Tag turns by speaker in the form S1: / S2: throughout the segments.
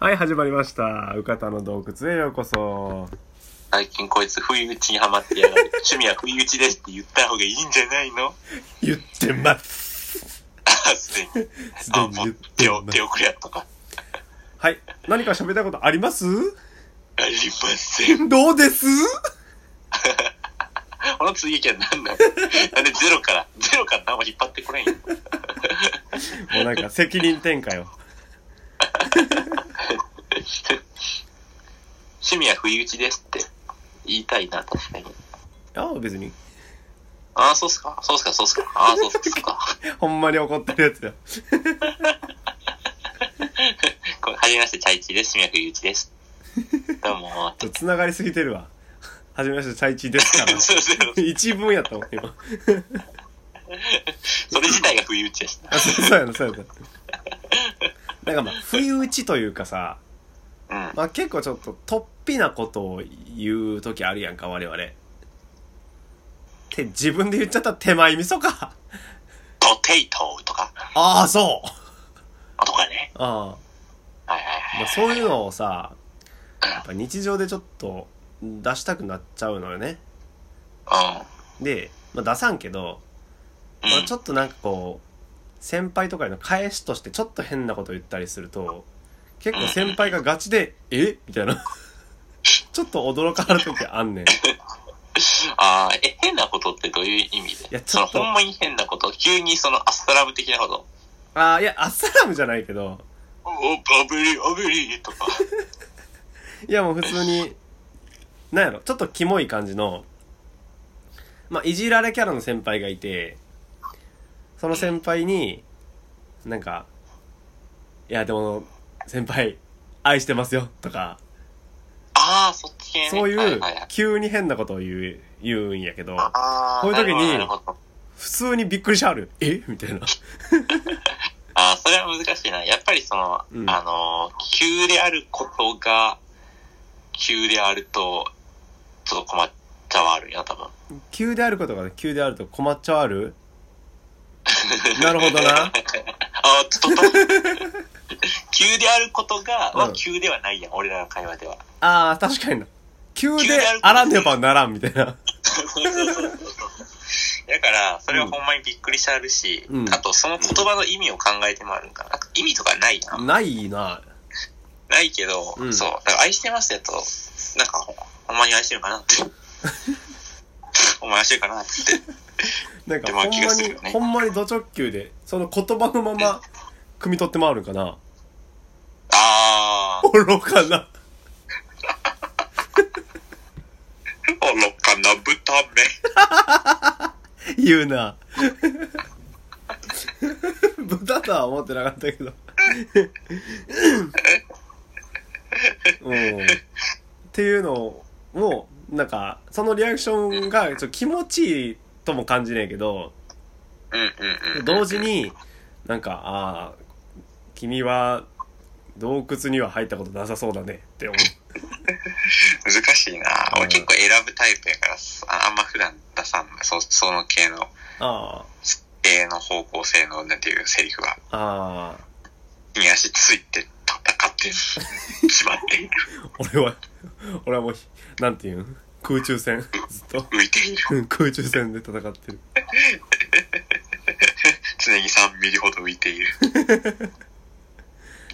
S1: はい、始まりました。うかたの洞窟へようこそ。
S2: 最近こいつ不意打ちにハマってやがる。趣味は不意打ちですって言った方がいいんじゃないの
S1: 言ってます。
S2: あ、すでに。
S1: す
S2: あ、もう手を、手
S1: を。
S2: 遅れやったか。
S1: はい。何か喋りたいことあります
S2: ありません。
S1: どうです
S2: この追撃は何なの なんでゼロから、ゼロから何も引っ張ってこ れんよ。
S1: もうなんか責任転嫁よ。
S2: 趣味は不意打ちですって言いたいな、確かに。
S1: ああ、別に。
S2: ああ、そうっすか。そうっすか、そうっすか。ああ、そうっすか、そうっすか。
S1: ほんまに怒ってるやつだよ。
S2: これはじめまして、チャイチーです。趣味は不意打ちです。どうも。
S1: ちょっと繋がりすぎてるわ。はじめまして、チャイチです から。
S2: そうそう
S1: 一文やったもん、今。
S2: それ自体が不意打ちやしな。
S1: あ、そうそうやな、そうやな。なんかまあ、不意打ちというかさ、
S2: うん。
S1: まあ結構ちょっと突飛なことを言う時あるやんか、我々。って自分で言っちゃった手前味噌か。
S2: ポテイトとか、
S1: ああ、そう
S2: あとかね。
S1: あ
S2: はいはい
S1: あ、
S2: はい。
S1: まあ、そういうのをさ、
S2: うん
S1: やっぱ日常でちょっと出したくなっちゃうのよね。で、まあ、出さんけど、
S2: うん。
S1: ま
S2: う
S1: あ、
S2: ん
S1: ちょっとなんかこう、先輩とかへの返しとしてちょっと変なこと言ったりすると、結構先輩がガチで、えみたいな。 ちょっと驚かれる時あんねん。
S2: ああ、え、変なことってどういう意味で
S1: やち
S2: そ
S1: ょ
S2: の、
S1: っと
S2: ほんまに変なこと急にその、アストラブ的なこと
S1: ああ、いや、アッサラムじゃないけど、
S2: お、お、ブリ、おブリとか。
S1: いやもう普通に、なんやろ、ちょっとキモい感じの、まあ、いじられキャラの先輩がいて、その先輩に、なんか、いやでも、先輩、愛してますよ、とか、
S2: ああ、そっち系ね。
S1: そう
S2: はい
S1: い
S2: は
S1: う
S2: はい、
S1: 急に変なことを言う、言うんやけど、
S2: ああ、
S1: こういう
S2: な
S1: 時に
S2: るほどなるほど
S1: 普通にびっくりしはる。えみたいな。
S2: ああ、それは難しいな。やっぱりその、
S1: うん
S2: あのー、急であることが、急であると、ちょっと困っちゃはあるよ、多分。
S1: 急であることがね、急であると困っちゃわる なるほどな。
S2: ああ、ちょっと、 急であることが、
S1: う
S2: は
S1: ん
S2: 急ではないやん、俺らの会話では。
S1: ああ、確かにな。急で
S2: 急であること
S1: あらねばならん、みたいな。
S2: だから、それはほんまにびっくりしゃるし、
S1: うん
S2: あとその言葉の意味を考えてもあるんかな。意味とかないな。
S1: ないな。
S2: ないけど、
S1: うん
S2: そう。だから愛してますやと、なんかほほんまに愛してるか なって。お前愛してるかなって。
S1: なんか
S2: で
S1: ほ
S2: も
S1: んま
S2: 気がす
S1: に、
S2: るよね
S1: ほんまにド直球で、その言葉のまま、汲み取って回るんかな。
S2: あー、
S1: 愚かな。
S2: 愚かな豚め。
S1: 言うな。 豚とは思ってなかったけど。うん。っていうのを、なんか、そのリアクションがちょっと気持ちいいとも感じねえけど、
S2: うんうんうん。
S1: 同時に、なんか、ああ、君は洞窟には入ったことなさそうだねって思う。
S2: 難しいな。
S1: うん
S2: 俺結構選ぶタイプやから、ああんま普段出さんのそその系の、
S1: あ
S2: 系の方向性の、なんていうセリフは。
S1: あ、ああ。
S2: に足ついて戦ってしまってい る。
S1: 俺は、俺はもうひ、なんていうん空中戦。ずっと。
S2: 浮いている。
S1: うん空中戦で戦ってる。
S2: 常に3ミリほど浮いている。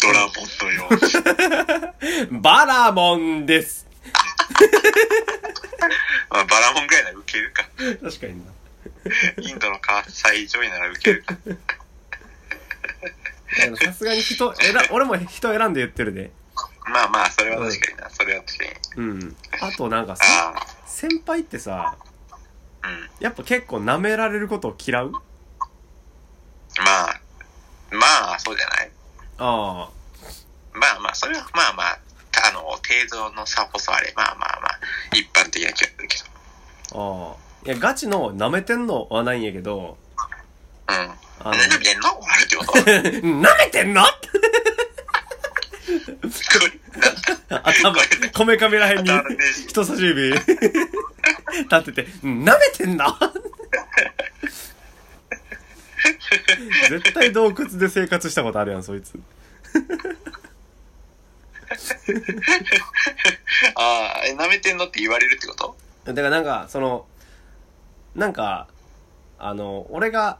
S2: ドラゴンのように。
S1: バラモンです
S2: まあ、バラモンぐらいなら受ける か。
S1: 確かにな。
S2: インドの火災上位なら受けるか。
S1: だからさすがに人、選、俺も人選んで言ってるで。
S2: まあまあ、それは確かにな。それは確かに。
S1: うん。あとなんかさ、
S2: あ
S1: 先輩ってさ、
S2: あ、うん。
S1: やっぱ結構舐められることを嫌う
S2: まあ、まあ、そうじゃない。
S1: ああ。
S2: まあまあ、それはまあまあ、あの、程度の差こそあれ、まあまあまあ、一般的な気がするけど。
S1: ああ。いや、ガチの舐めてんのはないんやけど、
S2: うん。
S1: あ
S2: 何見てんのあるってことこれ、
S1: の、舐めてんの
S2: なんだ
S1: 頭、こめかみらへんに
S2: 頭のネジ
S1: 人差し指立ってて、うん舐めてんな絶対洞窟で生活したことあるやん、そいつ。
S2: ああ、え、舐めてんのって言われるってこと
S1: だからなんか、その、なんか、あの、俺が、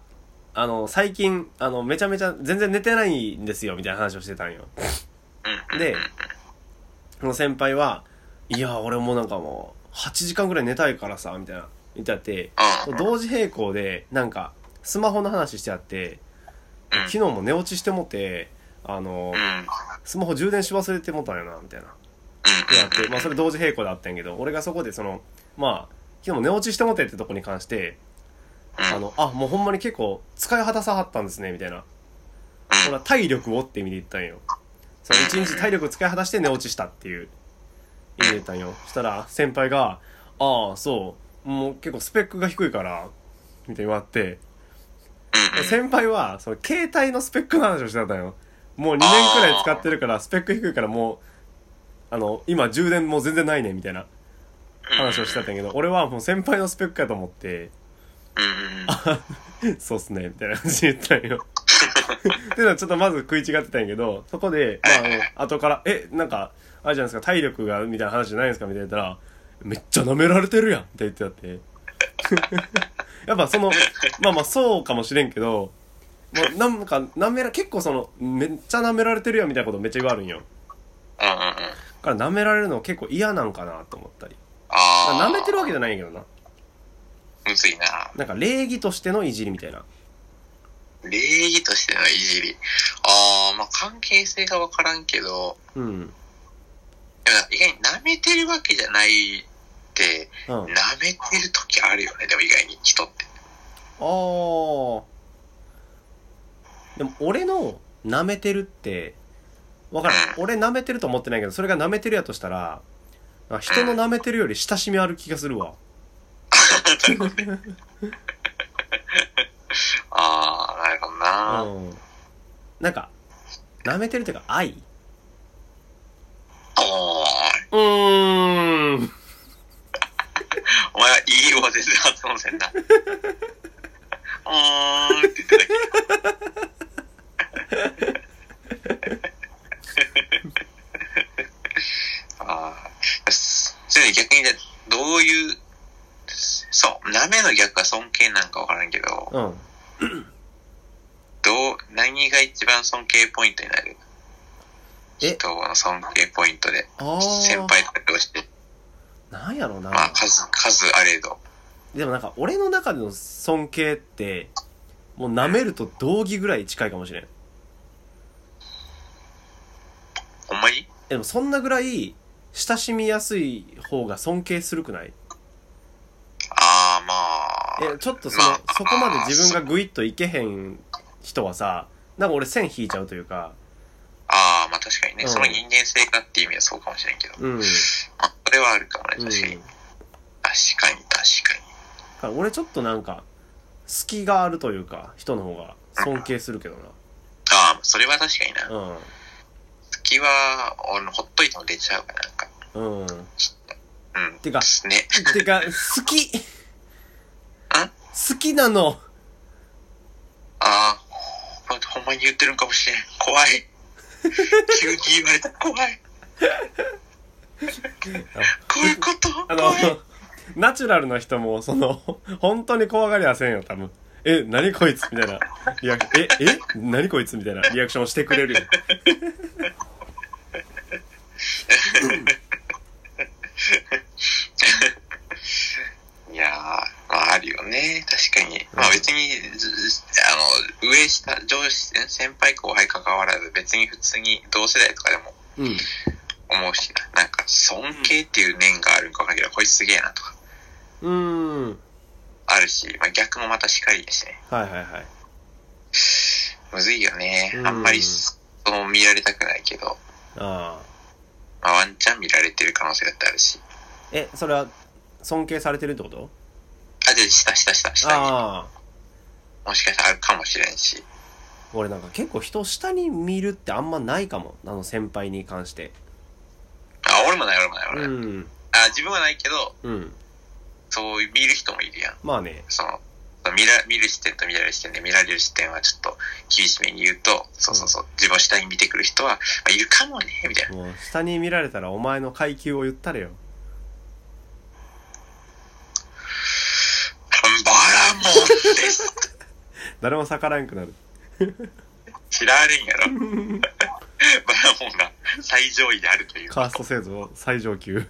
S1: あの、最近、あの、めちゃめちゃ、全然寝てないんですよ、みたいな話をしてたんよ。
S2: うん。
S1: で、その先輩は、いや、俺もうなんかもう、8時間ぐらい寝たいからさ、みたいな、言ってあって、
S2: うん。
S1: 同時並行で、なんか、スマホの話してあって、
S2: うん
S1: 昨日も寝落ちしてもて、あの
S2: う、ん。
S1: スマホ充電し忘れてもたんやな、みたいな。ってなって、まあそれ同時並行であったんやけど、俺がそこでその、まあ、昨日も寝落ちしてもてってとこに関して、あの、あ、もうほんまに結構使い果たさはったんですね、みたいな。ほら、体力をって意味で言ったんよ。その一日体力を使い果たして寝落ちしたっていう意味で言ったんよ。そしたら、先輩が、ああ、そう、もう結構スペックが低いから、みたいに言われて、先輩は、その携帯のスペックの話をしてたんよ。もう2年くらい使ってるから、スペック低いからもう、あの、今充電もう全然ないね、みたいな話をしてたんやけど、俺はもう先輩のスペックやと思って、
S2: うん。
S1: そうっすね、みたいな感じで言ったんよ。っていうのはちょっとまず食い違ってたんやけど、そこで、まああの、後から、え、なんか、あれじゃないですか、体力が、みたいな話じゃないですか、みたいな言ったら、めっちゃ舐められてるやんって言ってたって。 やっぱその、まあまあそうかもしれんけど、まあ、なんか、舐めら、結構その、めっちゃ舐められてるやんみたいなことめっちゃ言われるんよ。
S2: あ
S1: だから舐められるの結構嫌なんかなと思ったり。まあ
S2: あ。
S1: 舐めてるわけじゃないんやけどな。
S2: むずいな。
S1: なんか礼儀としてのいじりみたいな。
S2: 礼儀としてのいじり。ああ、まあ関係性がわからんけど、
S1: うん。
S2: でも意外に舐めてるわけじゃないって、
S1: うん
S2: 舐。めてる時あるよね、でも意外に人って。
S1: あーでも俺の舐めてるってわからん俺舐めてると思ってないけどそれが舐めてるやとしたらあ人の舐めてるより親しみある気がするわ
S2: ああ、なるほど
S1: う
S2: な。
S1: んなんか舐めてるっていうか愛
S2: おー
S1: うーん
S2: お前はいいわ、全然発音せんな。 うーんって言ってただけ。 ああ、それ逆にね、どういう、そう、舐めの逆は尊敬なんかわからんけど、
S1: うん
S2: どう、何が一番尊敬ポイントになる
S1: え
S2: 人の尊敬ポイントで、
S1: あ
S2: 先
S1: あ
S2: 輩とかどうして、
S1: なんやろな
S2: まあ数、数あれど。
S1: でもなんか俺の中での尊敬ってもう舐めると同義ぐらい近いかもしれんえ
S2: ほんまに
S1: でもそんなぐらい親しみやすい方が尊敬するくない
S2: ああ、まあ。
S1: えちょっとその、
S2: まあ
S1: そこまで自分がグイッといけへん人はさなんか俺線引いちゃうというか
S2: ああ、まあ確かにね、
S1: うん
S2: その人間性かっていう意味はそうかもしれんけど。
S1: うん、うん、だ
S2: まあ、これはあるかもね、確かに。確
S1: か
S2: かに、確から
S1: 俺ちょっとなんか隙があるというか人の方が尊敬するけど
S2: に。ああ、それは確かにな。
S1: な
S2: 月は、俺、ほっといても出ちゃうから、なんか。
S1: うんうん
S2: うん。
S1: てか
S2: ですね。
S1: てか好き好きなの
S2: ああ、ほほんまに言ってるんかもしれん。 怖い。急に言われた。怖い。こういうこと
S1: あ
S2: 怖い。
S1: のナチュラルな人もその本当に怖がりはせんよ多分え何こいつみたいなリアクええ何こいつみたいなリアクションをしてくれるよ
S2: いやー、まああるよね。確かに。まあ別に、ずずあの、上下、上司、先輩後輩関わらず、別に普通に同世代とかでも
S1: うん
S2: 思うしな。なんか、尊敬っていう念があるんかわかんないけど、こいつすげえなとか、
S1: うーん
S2: あるし、まあ逆もまたしかりですね。
S1: はいはいはい
S2: むずいよね
S1: う。ん
S2: あんまり、そう見られたくないけど、
S1: ああ
S2: まあワンチャン見られてる可能性だってあるし。
S1: えそれは尊敬されてるってこと
S2: あ、で、下、下、下、下に。
S1: ああ
S2: もしかしたらあるかもしれんし。
S1: 俺なんか結構人を下に見るってあんまないかもあの先輩に関して
S2: あ、俺もない、俺もない、俺も
S1: う
S2: ない。
S1: ん
S2: あ、自分はないけど、
S1: うん
S2: そう見る人もいるやん。
S1: まあね
S2: その、と見ら見る視点と見られる視点で見られる視点はちょっと厳しめに言うと、そうそうそう、自分を下に見てくる人は、まあ、いるかもね、みたいな。
S1: もう下に見られたらお前の階級を言ったれよ
S2: ハンバーラモン です。
S1: 誰も逆らえんくなる
S2: 知られん やろ。バラモンが最上位であるという。
S1: カースト制度最上級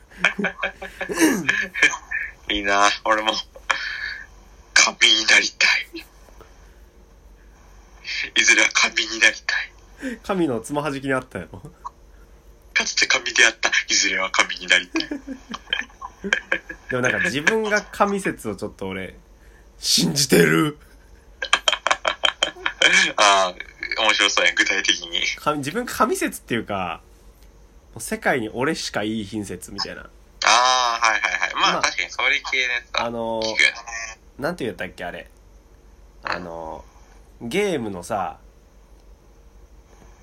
S2: いいな俺も、神になりたい。いずれは神になりたい。
S1: 神のつまはじきにあったやろ
S2: かつて神であった、いずれは神になり たい。
S1: でもなんか自分が神説をちょっと俺信じてる
S2: ああ、面白そうやん、具体的に。
S1: 神自分が神説っていうかもう世界に俺しかいい品説みたいな
S2: ああ、はいはいはい。まあ、
S1: まあ
S2: 確かにそれ系のやつだ。
S1: あの
S2: 聞くよね。
S1: なんて言ったっけあれあのゲームのさ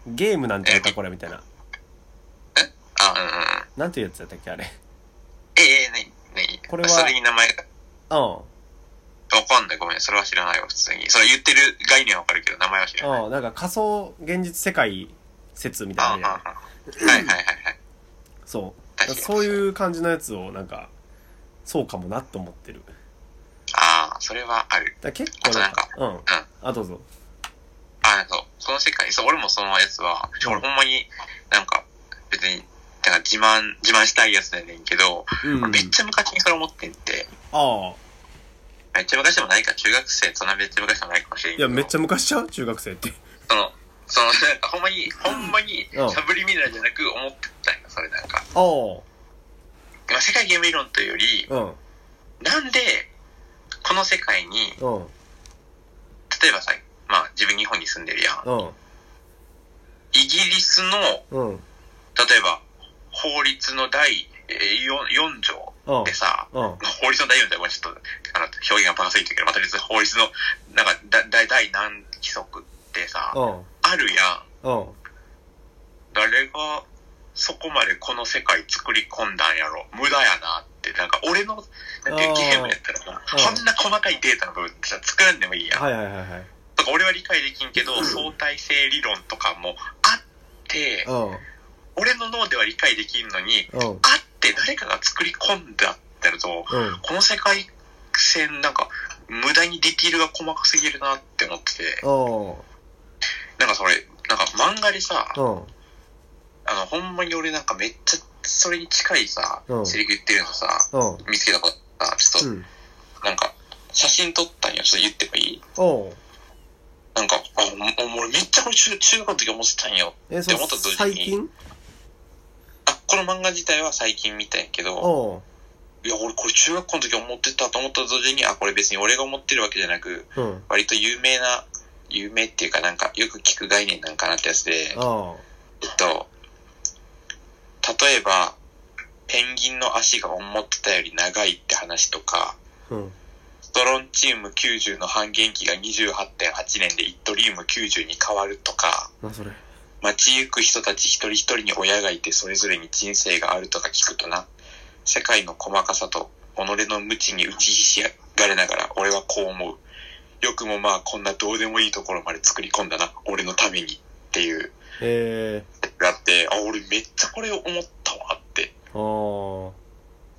S1: ゲームなんてやったこれみたいな
S2: あうんうんうん。
S1: なんていうやつやったっけあれ
S2: ええー、なに、なに
S1: これは
S2: それに名前が、
S1: うん
S2: わかんない、ごめん。それは知らないわ、普通に。それ言ってる概念はわかるけど、名前は知らない。
S1: うん、なんか仮想現実世界説み
S2: あ
S1: たい
S2: ー
S1: なのある
S2: あー、あーはいはいはいはい。
S1: やんそう
S2: 確かに
S1: そういう感じのやつをなんかそうかもなって思ってるだか
S2: ああ、それはある。
S1: ら結構なんかうん
S2: うん。
S1: あどうぞ
S2: あ、そう。その世界、そう、俺もそのやつは、
S1: うん
S2: 俺ほんまに、なんか、別に、なんか自慢、自慢したいやつやねんけど、
S1: うん
S2: めっちゃ昔にそれ思ってんて、
S1: ああ
S2: めっちゃ昔でもないか、中学生、そんなめっちゃ昔でもないかもしれん
S1: い
S2: けど、
S1: やめっちゃ昔ちゃう中学生って
S2: その、その、なんかほんまに、ほんまに
S1: うん、
S2: サブリミナルじゃなく思ってたんよ、それなんか。
S1: ああ
S2: まあ世界ゲーム理論というより、
S1: うん
S2: なんで、この世界に、
S1: うん
S2: 例えばさ、まあ自分日本に住んでるやん。
S1: うん
S2: イギリスの、
S1: うん
S2: 例えば、法律の第 4, 4条
S1: うん
S2: でさ、
S1: うん
S2: 法律の第4条はちょっと、あの、表現がバカすぎてるけど、また別に法律の、なんか、だだ第何規則ってさ、
S1: うん
S2: あるやん。
S1: うん
S2: 誰が、そこまでこの世界作り込んだんやろ。無駄やなって、なんか俺の、なんていう
S1: あー
S2: ゲームやったらさ、
S1: うん
S2: こんな細かいデータの部分ってさ、作らんでもいいやん。
S1: はいはいはいはい
S2: とか俺は理解できんけど、相対性理論とかもあって、俺の脳では理解できんのに、
S1: うんうん
S2: あって誰かが作り込んだってなると、
S1: うん
S2: この世界線なんか無駄にディティールが細かすぎるなって思ってて、
S1: うん
S2: なんかそれ、なんか漫画でさ、
S1: うん
S2: あの、ほんまに俺なんかめっちゃそれに近いさ
S1: う、ん
S2: セリフ言ってるのさ、
S1: うん
S2: 見つけたことさ、ち
S1: う
S2: ょっ
S1: ん
S2: と、なんか、写真撮ったんよ、ちょっと言ってもいい
S1: おう
S2: なんか、あ、もう俺めっちゃこれ中中学の時思ってたんよ。
S1: えそ
S2: でも
S1: う
S2: っと同時に
S1: 最近
S2: あ、この漫画自体は最近見たんやけど、
S1: おう
S2: いや、俺これ中学校の時思ってたと思った同時に、あ、これ別に俺が思ってるわけじゃなく、
S1: うん
S2: 割と有名な、有名っていうかなんかよく聞く概念なんかなってやつで、
S1: あ
S2: えっと、例えば、ペンギンの足が思ってたより長いって話とか、
S1: あうん
S2: ストロンチウム90の半減期が28.8年でイットリウム90に変わるとか、
S1: なそれ
S2: 街行く人たち一人一人に親がいてそれぞれに人生があるとか聞くとな、世界の細かさと己の無知に打ちひしがれながら俺はこう思う。よくもまあこんなどうでもいいところまで作り込んだな、俺のためにっていう、
S1: え
S2: があって、あ、俺めっちゃこれ思ったわって。
S1: ーあ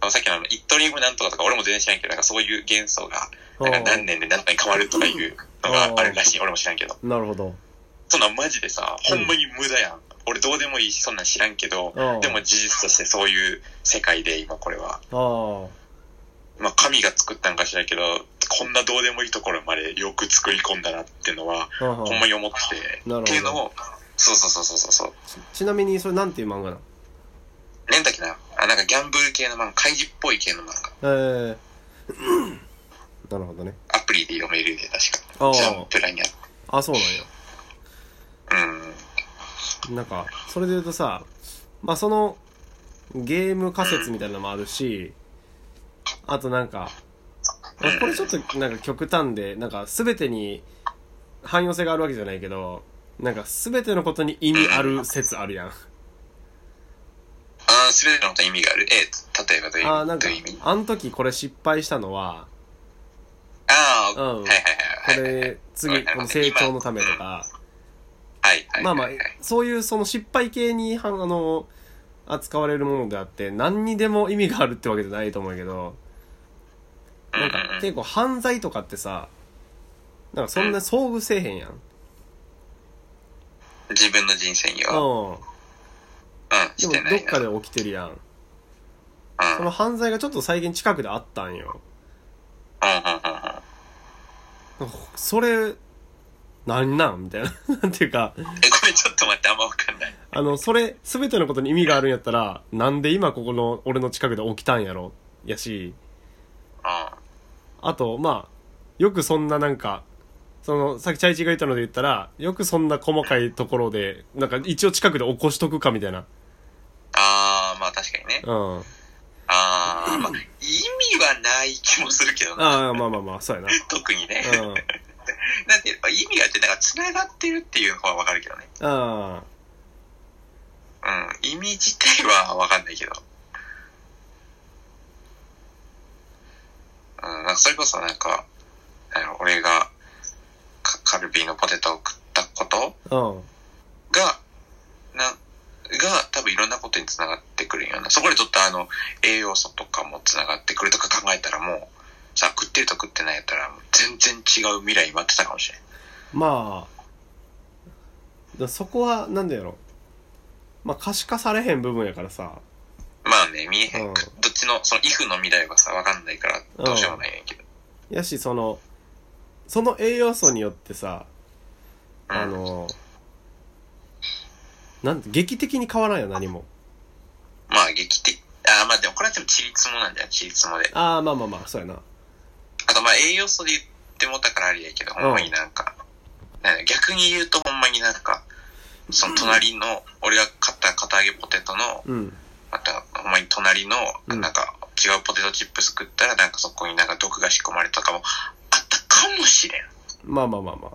S2: あのさっきのあの、イットリウムなんとかとか俺も全然知らんけど、なんかそういう元素が、
S1: あ
S2: なんか何年で何年に変わるとかいうのがあるらしい。俺も知らんけど。
S1: なるほど
S2: そんなんマジでさ、
S1: う
S2: ほ
S1: ん
S2: んまに無駄やん。俺どうでもいいし、そんなん知らんけど、
S1: うん
S2: でも事実としてそういう世界で今これは、
S1: あ
S2: まあ神が作ったんかしらんけど、こんなどうでもいいところまでよく作り込んだなっていうのは、
S1: あうんうん
S2: ほんまに思ってて、
S1: なるほど
S2: っていうのを、そうそうそうそうそうそう。
S1: ちちなみにそれなんていう漫画なの
S2: なんだっけな、あ、なんかギャンブル系の漫画、怪獣っぽい系の漫画、
S1: えー、なるほどね
S2: アプリで読めるで確
S1: あ
S2: か、ジャン
S1: あ
S2: プラインや。
S1: あそうなんや
S2: うん。
S1: なんかそれで言うとさまあそのゲーム仮説みたいなのもあるしあとなんか、まあこれちょっとなんか極端でなんか全てに汎用性があるわけじゃないけどなんか全てのことに意味ある説あるやん
S2: ああ、すべてのことに意味がある。え、例えばどういう
S1: ああなん
S2: ど
S1: か
S2: ういう意味
S1: あの時これ失敗したのは
S2: ああ、ああ、
S1: うん
S2: はいはい
S1: こ
S2: はいはい。
S1: れ、次、この成長のためとか、
S2: はいはいはいはい。
S1: まあまあ
S2: はい、
S1: そういうその失敗系に、はあの、扱われるものであって、何にでも意味があるってわけじゃないと思うけど、なん
S2: うんうんう
S1: か
S2: ん
S1: 結構犯罪とかってさ、なんかそんな遭遇せえへんやん。うん。
S2: 自分の人生に
S1: で
S2: は、うん、
S1: も
S2: し
S1: ど
S2: てない
S1: っ
S2: な。
S1: か
S2: うん、
S1: で起きてるやん。その犯罪がちょっと最近近くであったんよ。
S2: う
S1: それ、何なんみ たいな。なんていうか、
S2: ん、うん、うん。え、これちょっと待って、あんまわかんない。
S1: あの、それ、すべてのことに意味があるんやったら、なんで今ここの、俺の近くで起きたんやろやし、
S2: うん。
S1: あと、まあ、よくそんななんか、その、さっきチャイチが言ったので言ったら、よくそんな細かいところで、なんか一応近くで起こしとくかみたいな。
S2: ああ、まあ確かにね。
S1: うん。あ
S2: ああ、まあ、意味はない気もするけどな。
S1: あ、まあまあまあ、そうやな。
S2: 特にね。
S1: うん。
S2: なんていうの意味があって、なんか繋がってるっていうのはわかるけどね。
S1: あ
S2: うん。意味自体はわかんないけど。うん、なんかそれこそなんか、なんやろ俺がカカルビーのポテトを食ったこと
S1: あ、うん。
S2: が、な、が多分いろんなことにつながってくるんよな。そこでちょっとあの、栄養素とかもつながってくるとか考えたらもう、さ、食ってると食ってないやったら、全然違う未来待ってたかもしれん。
S1: まあ、だそこは、なんだやろ。まあ、可視化されへん部分やからさ。
S2: まあね、見えへん。
S1: うん
S2: どっちの、その、イフの未来はさ、わかんないから、どうしようもないねんけど。
S1: やし、その、その栄養素によってさ、
S2: うん、
S1: あの、なんて、劇的に変わらんよ、何も。
S2: まあ、劇的。あーまあでも、これはでも、ちりつもなんだよ、ちりつもで。
S1: ああ、まあまあまあ、そうやな。
S2: あと、まあ、栄養素で言ってもたからありやけど、ほんまになんか、なんだ逆に言うとほんまになんか、その隣の、俺が買った片揚げポテトの、
S1: うん。
S2: また、ほんまに隣の、
S1: うん
S2: なんか、違うポテトチップス食ったら、なんかそこになんか毒が仕込まれたとかも、あったかもしれん。
S1: まあまあまあまあ。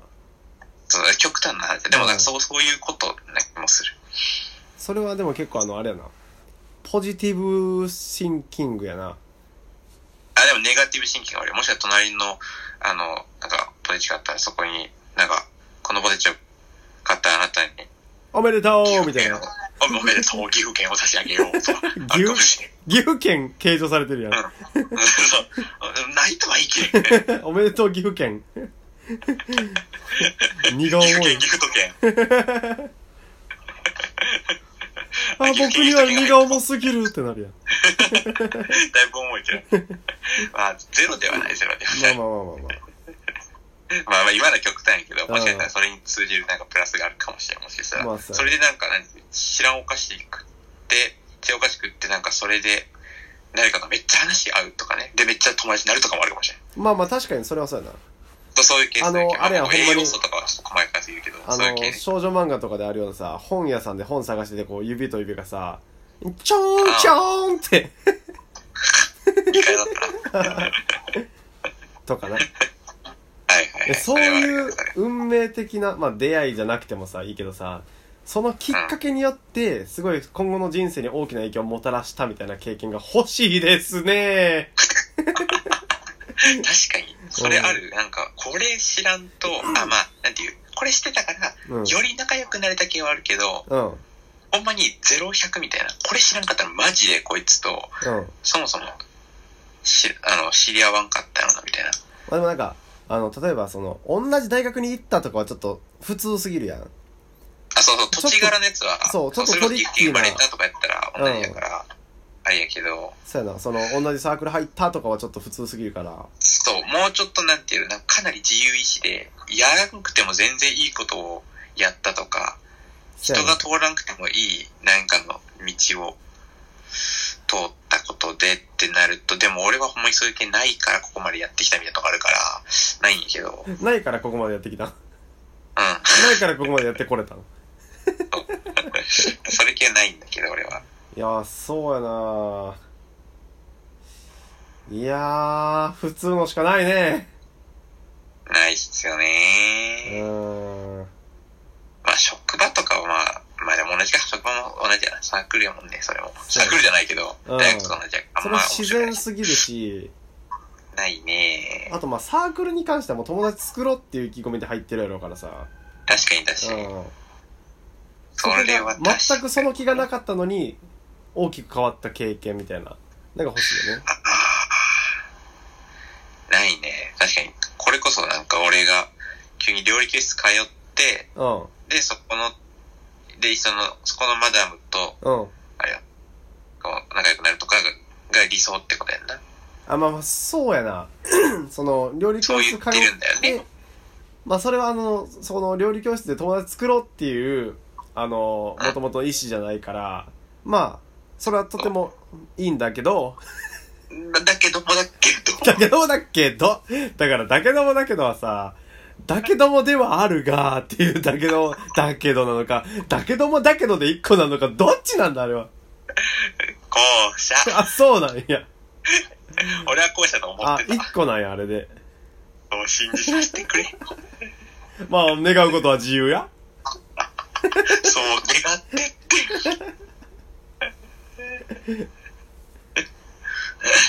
S2: そう極端な話。でも、なんか、そう、そういうことな気もする。
S1: それはでも結構あの、あれやな。ポジティブシンキングやな。
S2: あ、でもネガティブシンキングはあるよ。もしくは隣の、あの、なんか、ポテチがあったらそこに、なんか、このポテチを買ったあなたに、
S1: おめでと
S2: 岐
S1: うみ
S2: 阜
S1: たい
S2: 県を
S1: な。、
S2: おおめでとう、岐 阜県を差し上げよう とか、あるかもしれん。
S1: 岐阜県計上されてるやん。
S2: うんそううんないとは言い切れん。岐
S1: おめでとう岐阜県。 二 度思い
S2: 阜。県、岐阜都県。
S1: あ、僕には荷が重すぎるってなるやん。
S2: だいぶ重いけど。 まあ、ゼロではない、ゼロでは
S1: ま
S2: な
S1: あ
S2: い。
S1: まあまあまあま
S2: まあまあ、今の極端やけど、
S1: うん
S2: もしかしたらそれに通じるなんかプラスがあるかもしれん。もしかしたら。
S1: まあそう
S2: それでなんか、なんて知らんお菓子食って、知らんお菓子食ってなんかそれで、誰かがめっちゃ話合うとかね。で、めっちゃ友達になるとかもあるかもしれん。
S1: あ。まあまあ確かにそれはそうやな。
S2: そうそういうケースだけど、
S1: あのあれや
S2: ま
S1: ほんまに
S2: 栄養素とかはちょっと細やかすぎるけど、
S1: あ
S2: そういう系
S1: の、
S2: ね。
S1: 少女漫画とかであるようなさ、本屋さんで本探しててこう指と指がさ、ちょーんちょーんって、
S2: 理解だったら。はい
S1: と かな。
S2: はい
S1: え
S2: はい。
S1: そういう
S2: それはありがと
S1: 運命的な、まあ、出会いじゃなくてもさいいけどさそのきっかけによってすごい今後の人生に大きな影響をもたらしたみたいな経験が欲しいですね
S2: う確かに、それある。なんか、これ知らんと、あ、まあ、なんていう。これしてたから、
S1: うん
S2: より仲良くなれた系はあるけど、
S1: うんうん
S2: ほんまに0100みたいな。これ知らんかったらマジでこいつと、そもそも、し、あの、知り合わんかったよな、みたいな。
S1: まあでもなんかあの例えばその同じ大学に行ったとかはちょっと普通すぎるやん
S2: あ、そうそう、
S1: ちょっと
S2: 土地柄のやつは、
S1: そうちょっと
S2: れこ
S1: ト
S2: そ
S1: リ
S2: 岐
S1: ッ
S2: 阜
S1: キ
S2: 県生
S1: ーな
S2: まれたとかやったら、同じやから、あれやけど、
S1: そうやなその同じサークル入ったとかはちょっと普通すぎるから
S2: そう、もうちょっとなんていうの、なんかかなり自由意志で、やらなくても全然いいことをやったとか、
S1: そ
S2: 人
S1: うやな
S2: が通らなくてもいい、なんかの道を通ったことでってなると、でも俺はほんまにそういう系ないからここまでやってきたみたいなとこあるから、ないんやけど、うん。
S1: ないからここまでやってきた ないからここまでやってこれたの
S2: それ系ないんだけど、俺は。
S1: いやーそうやなーいやー普通のしかないね
S2: ないっすよ
S1: う
S2: ね
S1: ーん
S2: まあ、職場とかはまあ、まあでも同じか、職場も同じやな。サークルやもんね、それも。サークルじゃないけど、
S1: うん
S2: 大学と同じや。あん
S1: それ
S2: ま面
S1: は自
S2: 白い
S1: 然。すぎるし
S2: ないね
S1: あとまあサークルに関してはもう友達作ろうっていう意気込みで入ってるやろうからさ、
S2: 確かに確
S1: う
S2: かに。
S1: ん、
S2: それは確かに。
S1: 全くその気がなかったのに大きく変わった経験みたいななんか欲しいよね
S2: ないね。確かに。これこそなんか俺が急に料理教室通って、
S1: う
S2: で、そこの、で、その、そこのマダムと、
S1: んうん
S2: あれや、こう仲良くなるとかがが理想ってことやんな。
S1: あまあまあそうやな その料理教室通っ
S2: そう言ってるんだよ
S1: て
S2: ね
S1: まあそれはあのその料理教室で友達作ろうっていうあの
S2: うん
S1: もともと意思じゃないからまあそれはとてもいいんだけど
S2: だだけどもだけ ど。
S1: だけどもだけどだからだけどもだけどはさだけどもではあるがっていうだけどだけどなのかだけどもだけどで一個なのかどっちなんだあれは
S2: 後者。
S1: あそうなんや
S2: 俺は後者と思っ
S1: あ
S2: てた。
S1: 一個なんやあれで
S2: そう信じさせて くれ。
S1: まあ願うことは自由や
S2: そう願って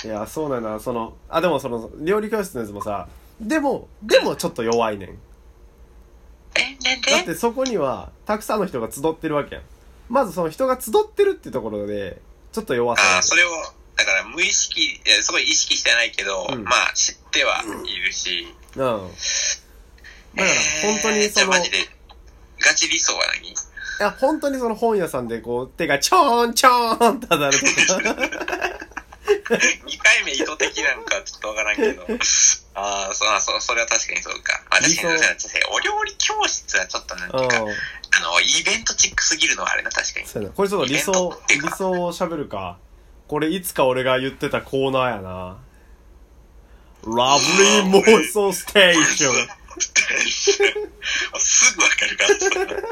S1: いやそうなんやなそのあでもその料理教室のやつもさでもでもちょっと弱いねん
S2: え、なん
S1: だっ
S2: で
S1: てそこにはたくさんの人が集ってるわけやんまずその人が集ってるってところでちょっと弱さが
S2: あ
S1: あ
S2: あ、
S1: る
S2: それを、だから無意識、いやすごい意識してはないけど、
S1: うん
S2: まあ知ってはいるし。
S1: うんだから本当
S2: え
S1: に
S2: ーじゃあ
S1: その
S2: マ
S1: い
S2: ジで、ガチ理想は何
S1: や本当にその本屋さんでこう手がちょーんちょーんって当たるとか
S2: 二回目意図的なんかちょっとわからん けど。ああ、そうあそう、それは確かにそうか。あ、確かに
S1: 理
S2: そうだお料理教室はちょっとなんて いうか、
S1: うん
S2: あの、イベントチックすぎるのはあれな、確かに。
S1: そうやなこれちょっと理想理想を喋るかこれいつか俺が言ってたコーナーやなラブリー妄想ステーション
S2: すぐわかるから、それ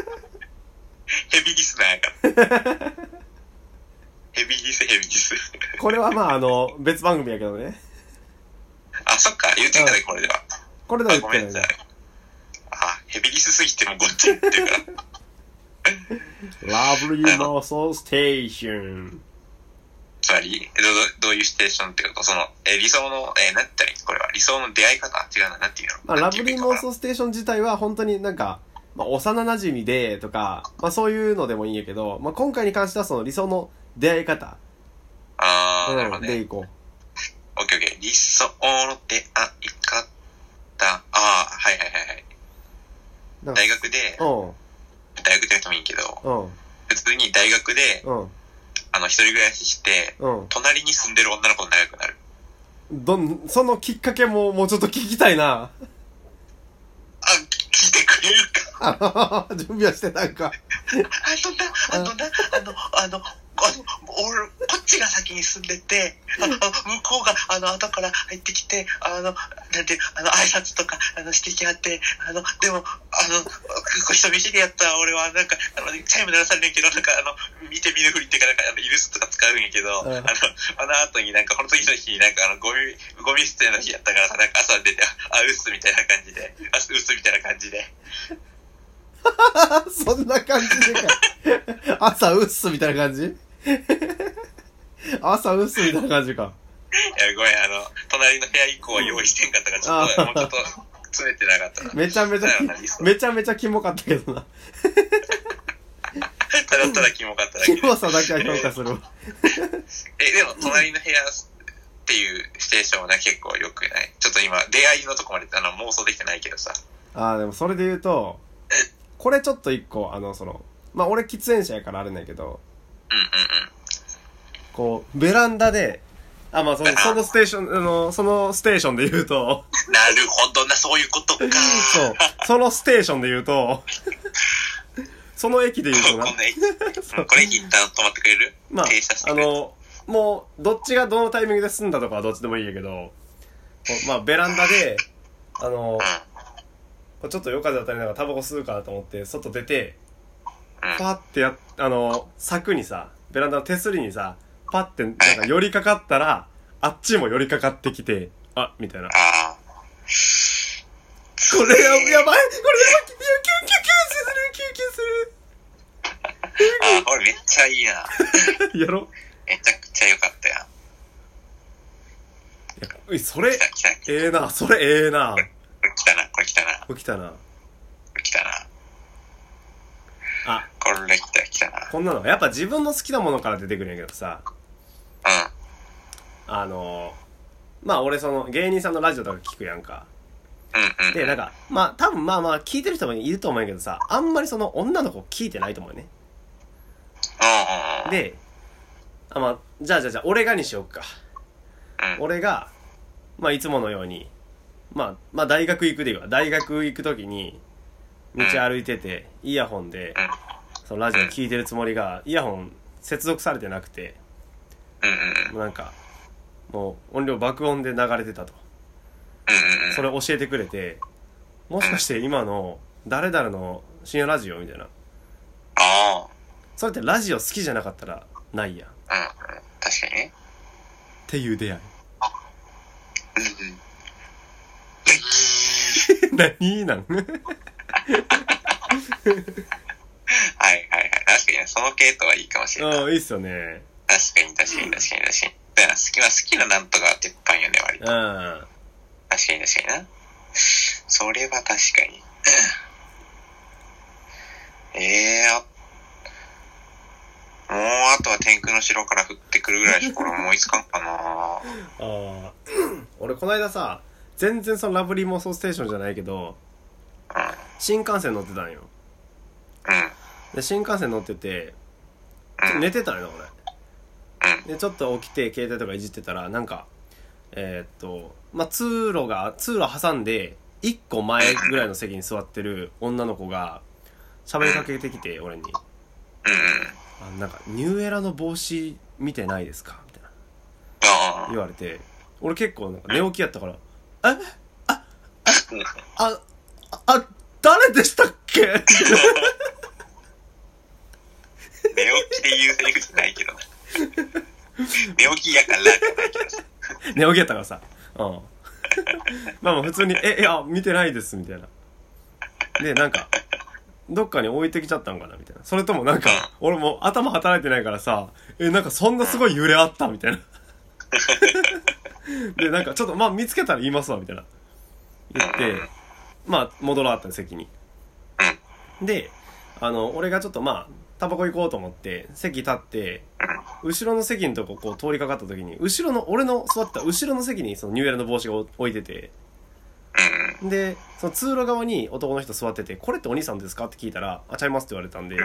S2: ヘビリスナーやから。ヘビリス、ヘビリス。
S1: これはまああの別番組やけどね
S2: あ、そっか、言ってたね、これでは。
S1: これでは
S2: あ、
S1: 言
S2: ご
S1: っ
S2: め
S1: て
S2: んな
S1: な
S2: いさ。
S1: ない
S2: あ、ヘビリスすぎてもうごっちゃ言ってるから。
S1: ラブリー妄想ステーション
S2: つまり、えどどどういうシチュエーションっていうか、その、えー理想の、えー、なんて言ったらいいんですこれは。理想の出会い方違うな、なんていうの
S1: まあ、
S2: な
S1: ラ
S2: んて
S1: ブ
S2: 言
S1: リ
S2: う
S1: ー
S2: のか
S1: 妄
S2: な
S1: 想ステーション自体は本当になんか、まあ、幼馴染でとか、まあ、そういうのでもいいんやけど、まあ、今回に関してはその理想の出会い方、
S2: あー、なるほ
S1: う
S2: ど
S1: ん、で
S2: ね。
S1: いこ
S2: オッケーオッケー。理想の出会い方。あー、はいはいはいはい。
S1: うなんか
S2: 大学で、
S1: う
S2: 大学でやってもいいけど、
S1: んうん
S2: 普通に大学で、
S1: うん
S2: あの、一人暮らしして、
S1: うん
S2: 隣に住んでる女の子と仲良くなる。
S1: どんそのきっかけももうちょっと聞きたいな
S2: あ、聞いてくれるか。
S1: 準備はしてなんか
S2: あのな、あのな、あの、あの、あの、俺、こっちが先に住んでて、ああ向こうが、あの、後から入ってきて、あの、なんて、あの、挨拶とか、あの、してきはって、あの、でも、あの、こう人見知りやったら俺は、なんか、あの、チャイム鳴らされるけど、なんか、あの、見て見ぬふりっていうか、なんか、あの、許すとか使うんやけど、
S1: うん
S2: あの、あの後になんか、この次の日になんか、あの、ゴミ、ゴミ捨ての日やったからさ、なんか朝出て、あ、うっすみたいな感じで、あ、うっすみたいな感じで。
S1: そんな感じでか朝うっすみたいな感じ朝うっすみたいな感じか
S2: いや、ごめん、あの、隣の部屋以降は用意してんかったから、ちょっと、もうちょっと、詰めてなかったな。
S1: めちゃめちゃ
S2: だよな理想
S1: めちゃめちゃキモかったけどな
S2: ただただキモかっただけ
S1: キ
S2: で。
S1: モさだけは評価するわ
S2: え、でも、隣の部屋っていうシチュエーションはな、結構良くないちょっと今、出会いのとこまで、あの、妄想できてないけどさ。
S1: ああでもそれで言うとこれちょっと一個あのそのまあ俺喫煙者やからあれなんやけど
S2: うんうんうん。
S1: こうベランダであまあそのそのステーションあのそのステーションで言うと
S2: なるほどな、そういうことか。
S1: そうそのステーションで言うとその駅で言うと
S2: こ
S1: な
S2: この駅、うんこれ一旦止まってくれる
S1: まあ
S2: 停車し、て
S1: あ
S2: くれる。
S1: の、もう、どっちがどのタイミングで済んだとかはどっちでもいいんやけど、こうまあ、ベランダで、あの
S2: うん、、
S1: こうちょっと夜風当たりながらタバコ吸うかなと思って、外出て、
S2: うん
S1: パってやっ、あの、柵にさ、ベランダの手すりにさ、パってなんか寄りかかったら、あっちも寄りかかってきて、あ、みたいな。こ
S2: ああ。
S1: れや、やばいこれやばいキュキュキュキュキュする
S2: あ、これめっちゃいいな。
S1: キュキュするやろ
S2: めちゃくちゃ良かったやん。
S1: やういそれ
S2: 来、た、来た、
S1: ええな、それええな。
S2: 来たな、これ来たな、
S1: これ来たな。
S2: 来たな、
S1: あ、
S2: これ来た、来たな。
S1: こんなの。やっぱ自分の好きなものから出てくるんやけどさ、
S2: うん、
S1: あのまあ俺その芸人さんのラジオとか聞くやんか。
S2: うん、うん。
S1: で、なんか、まあ多分まあまあ聞いてる人もいると思うんやけどさ、あんまりその女の子聞いてないと思うよね。
S2: うん、うん、うん、
S1: で、あ、まあ、じゃあじゃあじゃあ俺がにしよっか。
S2: うん、
S1: 俺が、まあ、いつものように、まあ、まあ、大学行くでいいわ。大学行くときに、道歩いてて、イヤホンで、そのラジオ聞いてるつもりが、イヤホン接続されてなくて、
S2: うん、うん、うん、
S1: もうなんか、もう音量爆音で流れてたと。
S2: うん、うん。
S1: それ教えてくれて、もしかして今の、誰々の深夜ラジオみたいな。
S2: あ
S1: それってラジオ好きじゃなかったら、ないやん。っ
S2: あ、うん、うん、確かにね。
S1: ていう出会い。
S2: うん、うん。
S1: 何なん
S2: はい、はい、はい。確かにね、その系統はいいかもしれない。
S1: うん、いいっすよね。
S2: 確かに、確かに、確かに、確かに。だから、好きは好きななんとかは鉄板よね、割と
S1: う。ん。
S2: 確かに確かにな。それは確かに。ええあ、もうあとは天空の城から降ってくるぐらいしかこれ思いつかんかな。
S1: ああ俺この間さ全然そのラブリー妄想ステーションじゃないけど新幹線乗ってたんよ
S2: うん、
S1: で新幹線乗っててち
S2: う
S1: ょっと
S2: ん、うん、
S1: 寝てたんよ
S2: う
S1: 俺でちょっと起きて携帯とかいじってたらなんかえーっとまあ通路が通路挟んで1個前ぐらいの席に座ってる女の子が喋りかけてきて俺に
S2: うん、うん。
S1: 「あなんかニューエラの帽子見てないですか?」みたいな
S2: ああ、
S1: 言われて俺結構なんか寝起きやったから「えあ、ああ、誰でしたっけ
S2: 寝起きで言うセリフじゃないけどな。寝起きやからじゃないけどさ。
S1: 寝起きやったからさ。うん。 まあまあ普通に、え、いや、見てないです、みたいな。で、なんか、どっかに置いてきちゃったんかな、みたいな。それともなんか、俺もう頭働いてないからさ、え、なんかそんなすごい揺れあった、みたいな。で、なんかちょっと、まあ見つけたら言いますわ、みたいな。言って、まあ戻らはったの席に。で、あの、俺がちょっとまあ、タバコ行こうと思って、席立って、後ろの席のとここう通りかかった時に後ろの俺の座った後ろの席にそのニューエラの帽子が置いてて
S2: うん、
S1: でその通路側に男の人座ってて「これってお兄さんですか?」って聞いたら「あちゃいます」って言われたんで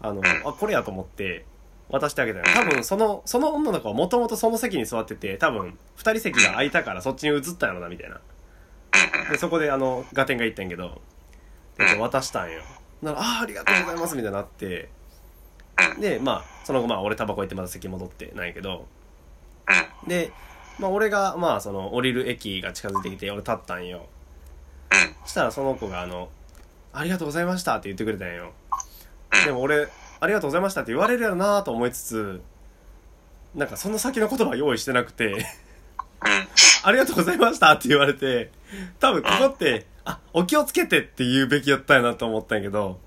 S1: あのあこれやと思って渡してあげたの多分そのその女の子はもともとその席に座ってて多分2人席が空いたからそっちに移ったんやろなみたいなでそこであのガテンが行ったんやけどで渡したんよなら「ああありがとうございます」みたいになってでまあその後まあ俺タバコ行ってまた席戻ってないけど
S2: うん、
S1: で、まあ、俺が、まあ、その、降りる駅が近づいてきて、俺立ったんよ。
S2: うん、
S1: そしたら、その子が、あの、ありがとうございましたって言ってくれたんよ。でも俺、ありがとうございましたって言われるやろなと思いつつ、なんかその先の言葉用意してなくて、
S2: うん、うん。
S1: ありがとうございましたって言われて、多分ここって、あ、お気をつけてって言うべきやったんやなと思ったんやけど、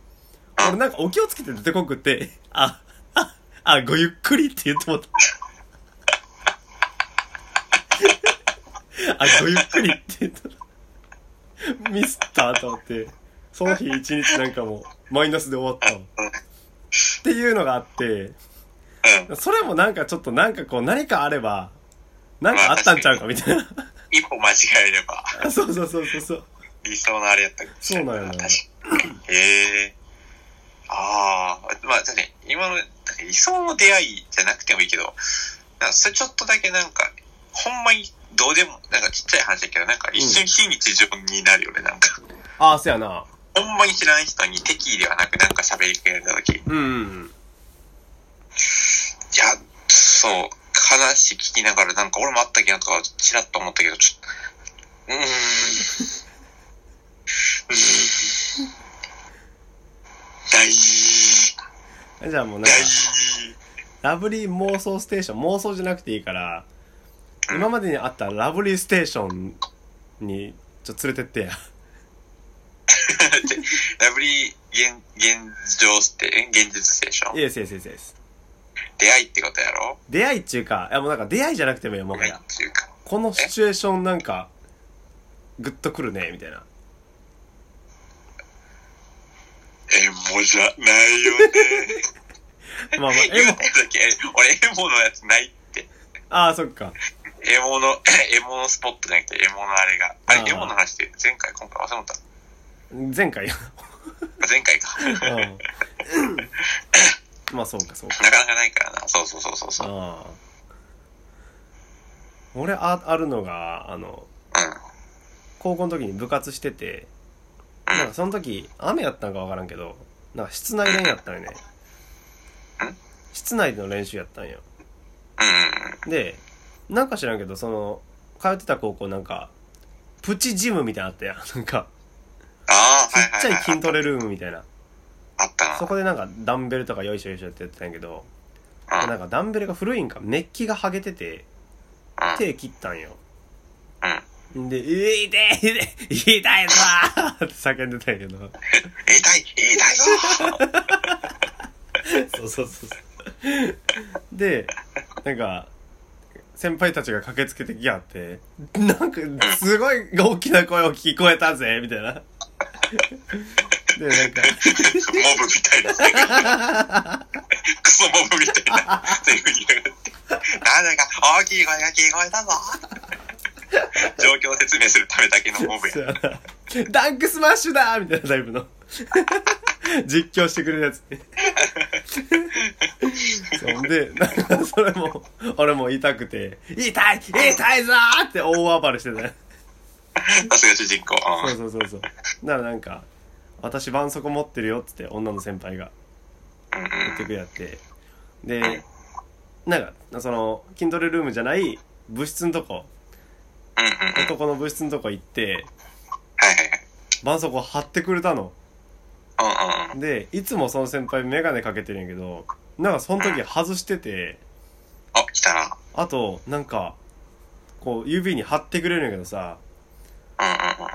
S1: 俺なんかお気をつけて出てこんくって、あ、あ、あ、ごゆっくりって言ってもった。あ、ごゆっくりって言った。ミスったと思って、その日一日なんかもうマイナスで終わったわ。っていうのがあって、
S2: うん。
S1: それもなんかちょっとなんかこう何かあれば、なんかあったんちゃうかみたいな。
S2: 一歩間違えれば、
S1: あそうそうそうそうそう。
S2: 理想のあれやったかもしれ
S1: そうなんやな
S2: 確かに。へえ。ああ、まあ、確かに、今の、なんか理想の出会いじゃなくてもいいけど、なんかそれちょっとだけなんか、ほんまにどうでも、なんかちっちゃい話だけど、なんか一瞬非日常になるよね、なんか。
S1: ああ、そうやな。
S2: ほんまに知らん人に敵意ではなくなんか喋りかけられた時、い
S1: うんうん。
S2: や、そう、話聞きながら、なんか俺もあったっけなとか、ちらっと思ったけど、ちょっと、うーん。うーん。大事。
S1: じゃあもうなんか、
S2: 大事。
S1: ラブリー妄想ステーション、妄想じゃなくていいから、今までにあったラブリーステーションに、ちょっと連れてってや。
S2: ラブリー現、現状ステ、え現実ステーショ
S1: い
S2: ン。
S1: え、いえ、いえ、いえ。
S2: 出会いってことやろ
S1: 出会いっちゅうか、いやもうなんか出会いじゃなくてもいいよ、も
S2: 出
S1: は
S2: 会いっ
S1: や。
S2: ていうか。
S1: このシチュエーションなんか、グッとくるね、みたいな。
S2: エモじゃない よね。
S1: まあまあ、
S2: 言
S1: え
S2: っ
S1: も
S2: た、時、え俺エモのやつないって。
S1: ああ、そっか。
S2: エモの、エモのスポットじゃなくて、エモのあれが。あ
S1: あ
S2: れ、
S1: ー
S2: エモの話って前回、今回忘れた。
S1: 前回。
S2: あ前回か。
S1: う
S2: なか
S1: ん。まあ、そうか、そうか。
S2: なかないからな。そうそうそうそう。そう
S1: ああ。俺、あ、あるのが、あの、
S2: うん。
S1: 高校の時に部活してて、なんかその時、雨やったんかわからんけど、なんか室内練やったんよね。室内での練習やったんよ。
S2: うんうん
S1: で、なんか知らんけど、その、通ってた高校なんか、プチジムみたいなのあったやん。 なんか、
S2: ああ、
S1: ち
S2: はいは
S1: っち
S2: い、
S1: ゃい
S2: はい。
S1: 筋トレルームみたいな。
S2: あったな。
S1: そこでなんかダンベルとかよいしょよいしょってやってたんやけど、
S2: うん。うん。
S1: なんかダンベルが古いんか、メッキが剥げてて、手切ったんよ。
S2: うん。
S1: んで、痛い痛い痛い痛いぞーって叫んでたんやけど。
S2: 痛い痛いぞー
S1: そうそうそうそう。で、なんか、先輩たちが駆けつけてきやって、なんか、すごい大きな声を聞こえたぜ、みたいな。で、なんか、
S2: モブみたいな。クソモブみたいな。セリフに言いやがって。なんだか大きい声が聞こえたぞー状況を説明するためだけのモブや。
S1: そうやなダンクスマッシュだーみたいなタイプの。実況してくれるやつね。そんで、なんかそれも、俺も痛くて、痛い痛いぞーって大暴れしてたよ。
S2: さすが主人公。うん
S1: そうそうそうそう。ならなんか、私絆創膏持ってるよっつって女の先輩が
S2: うんうん
S1: 言ってくれやって。で、なんか、その、筋トレルームじゃない部室のとこ、
S2: うんうんうん。はい
S1: 男の部室のとこ行って、
S2: はい
S1: 絆創膏貼ってくれたの。
S2: はい。うんうんうん。
S1: で、いつもその先輩メガネかけてるんやけど、なんかその時外してて、
S2: あ、来たな。
S1: あと、なんか、こう指に貼ってくれるんやけどさ、
S2: うんうんうん。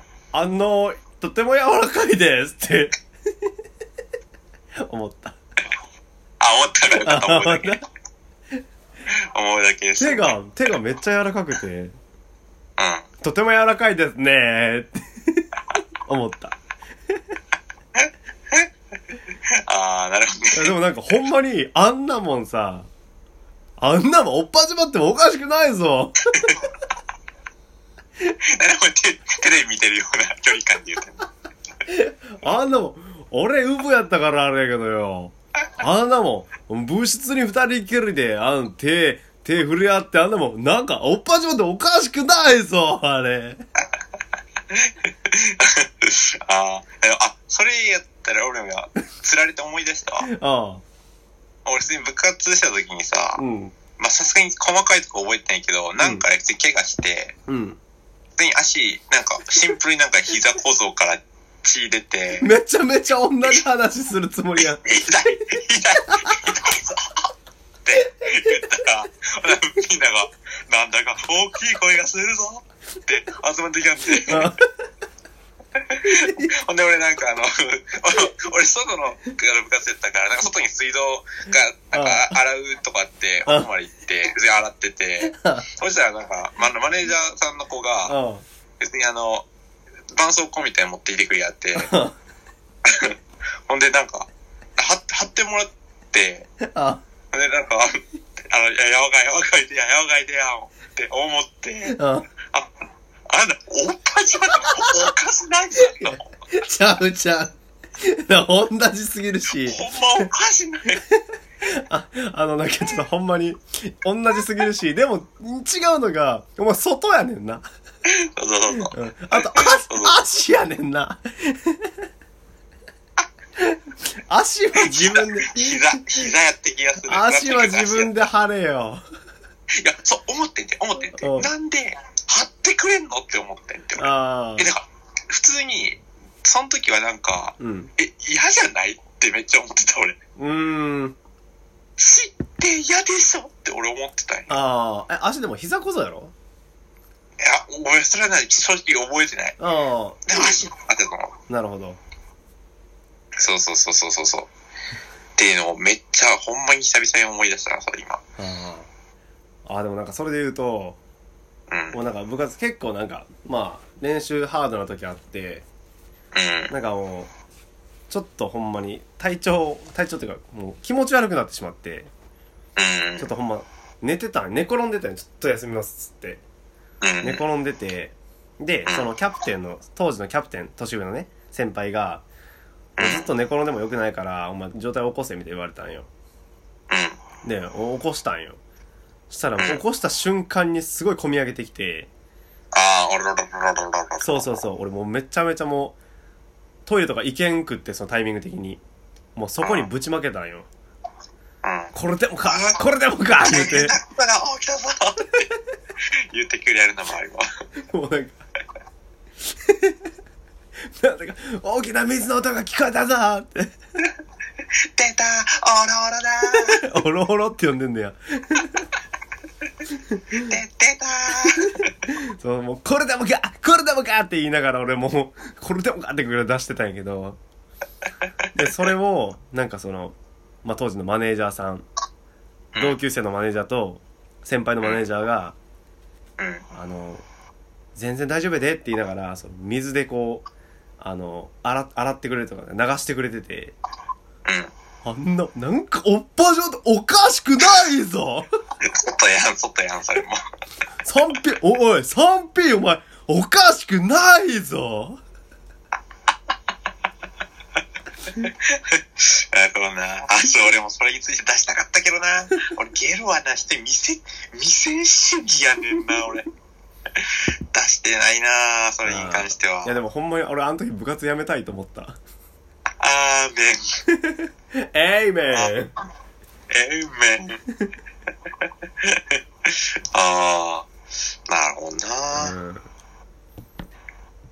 S1: あの、とても柔らかいですって、思った。
S2: あ、思ったからよかった。思うだけ
S1: あ。
S2: 思うだけです。
S1: 手が、手がめっちゃ柔らかくて、
S2: うん。
S1: とても柔らかいですねーって 思った。
S2: あー、なるほどね。
S1: いやでもなんかほんまに、あんなもんさ、あんなもん、おっぱじまってもおかしくないぞ。
S2: なんかテテレビ見てるような距離感で言うてんの
S1: あんなもん、俺、ウブやったからあれやけどよ。あんなもん、物質に二人きりで、あの、手、手触れ合って、あんなもん、なんか、おっぱじまっておかしくないぞ、あれ。
S2: あー、でもあ、それやったら俺もや、釣られて思い出したわ。
S1: あ
S2: 俺普通に部活してた時にさ
S1: あ、うん、
S2: まあさすがに細かいとこ覚えてないけど、なんか普通に怪我して、
S1: うん。
S2: 普通に足、なんかシンプルになんか膝小僧から血出て、
S1: めちゃめちゃ同じ話するつもりやん。
S2: 痛い痛い痛いぞって言ったら、みんなが、なんだか大きい声がするぞって集まってきたんで、
S1: あ
S2: ほんで俺なんかあの、 俺外の部活やったから、なんか外に水道が、なんか洗うとかあって、
S1: うん
S2: お泊まり行って、で洗ってて、そしたらなんか、まマネージャーさんの子が、
S1: あ、
S2: 別にあの、絆創膏みたいなの持ってきてくれやって、
S1: あ
S2: ほんでなんか、貼貼ってもらって、
S1: あ、
S2: で、なんか、あの、いや、やわかい、やわかいでや、やわかいでや、って思って、
S1: あ、
S2: あ、あの、おっぱじまでおかしないじゃんの。ほん
S1: ちゃうちゃう。 同じすぎるし、
S2: まおかしない。
S1: あ、あの、なんかちょっとほんまに、同じすぎるし、でも、違うのが、お前、外やねんな。
S2: そうそうそうそう。
S1: うんあと、あ足やねんな。足は自分で、
S2: 膝、膝やって気がする。
S1: 足は自分
S2: で。
S1: で貼れよ。
S2: いや、そう、思ってんて、思ってんて。
S1: うん
S2: なんで、貼ってくれんのって思ってんて。俺
S1: あ
S2: え、だから、普通に、その時はなんか
S1: あ。、うん。
S2: え、嫌じゃないってめっちゃ思ってた、俺。
S1: うーん。
S2: 知って嫌でしょって俺思ってたんよ
S1: ああ。え、足でも膝こそやろ
S2: いや、俺、それはない正直覚えてない。
S1: あ
S2: でも足もあったと思う。
S1: あ。なるほど。
S2: そうそうそうそうそうそう。っていうのをめっちゃ、ほんまに久々に思い出したな、それ今。
S1: ああ。ああ、でもなんかそれで言うと、
S2: うん。うん。
S1: もうなんか部活結構なんか、まあ、練習ハードな時あって、
S2: うん。
S1: なんかもう、ちょっとほんまに体調、体調っていうか、もう気持ち悪くなってしまって、
S2: うん。
S1: ちょっとほんま、寝てたん、寝転んでたんよちょっと休みますっつって。
S2: うん。
S1: 寝転んでて、で、そのキャプテンの、当時のキャプテン、年上のね、先輩が、もうずっと寝転んでもよくないから、お前状態起こせみたいに言われたんよ。で、お起こしたんよ。したら、起こした瞬間にすごい込み上げてきて、
S2: ああ、おろろろろろろろ。
S1: そうそうそう、俺もうめちゃめちゃもう、トイレとか行けんくって、そのタイミング的に。もうそこにぶちまけたんよ。
S2: うん。
S1: これでもかこれでもか言うて。
S2: だから、あ、来たぞって 言ってくれるのもあるわ。
S1: もうなんか なんだか大きな水の音が聞こえたぞーって
S2: 出たおろおろだ
S1: おろおろって呼んでんだよ
S2: で、出た
S1: そうもうこれでもかこれでもかって言いながら俺もうこれでもかってぐらい出してたんやけどでそれをなんかその、まあ、当時のマネージャーさん同級生のマネージャーと先輩のマネージャーが
S2: うん。
S1: 「あの全然大丈夫やで」って言いながらその水でこうあの洗洗ってくれるとかね流してくれてて。
S2: うん。
S1: あんな、なんか、おっぱ状態おかしくないぞ
S2: 外やん、外やん、それも。
S1: 三平、お、おい、三平、お前、おかしくないぞ。
S2: なるほどな。あ、そう、俺もそれについて出したかったけどな。俺、ゲロはなして、見せ、見せ主義やねんな、俺。出してないな、それに関してはい
S1: や、でもほんまに、俺、あの時部活やめたいと思った。
S2: あーめん。
S1: えいめ
S2: えーめん。 あー、なるほどな。
S1: ん。うん。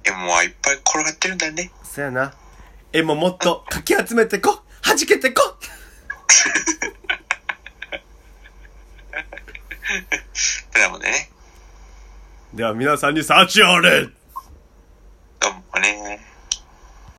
S2: え、もういっぱい転がってるんだね。
S1: そやな。え、もうもっと、かき集めてこ弾けてこ
S2: でもね。
S1: では、皆さんに幸あれ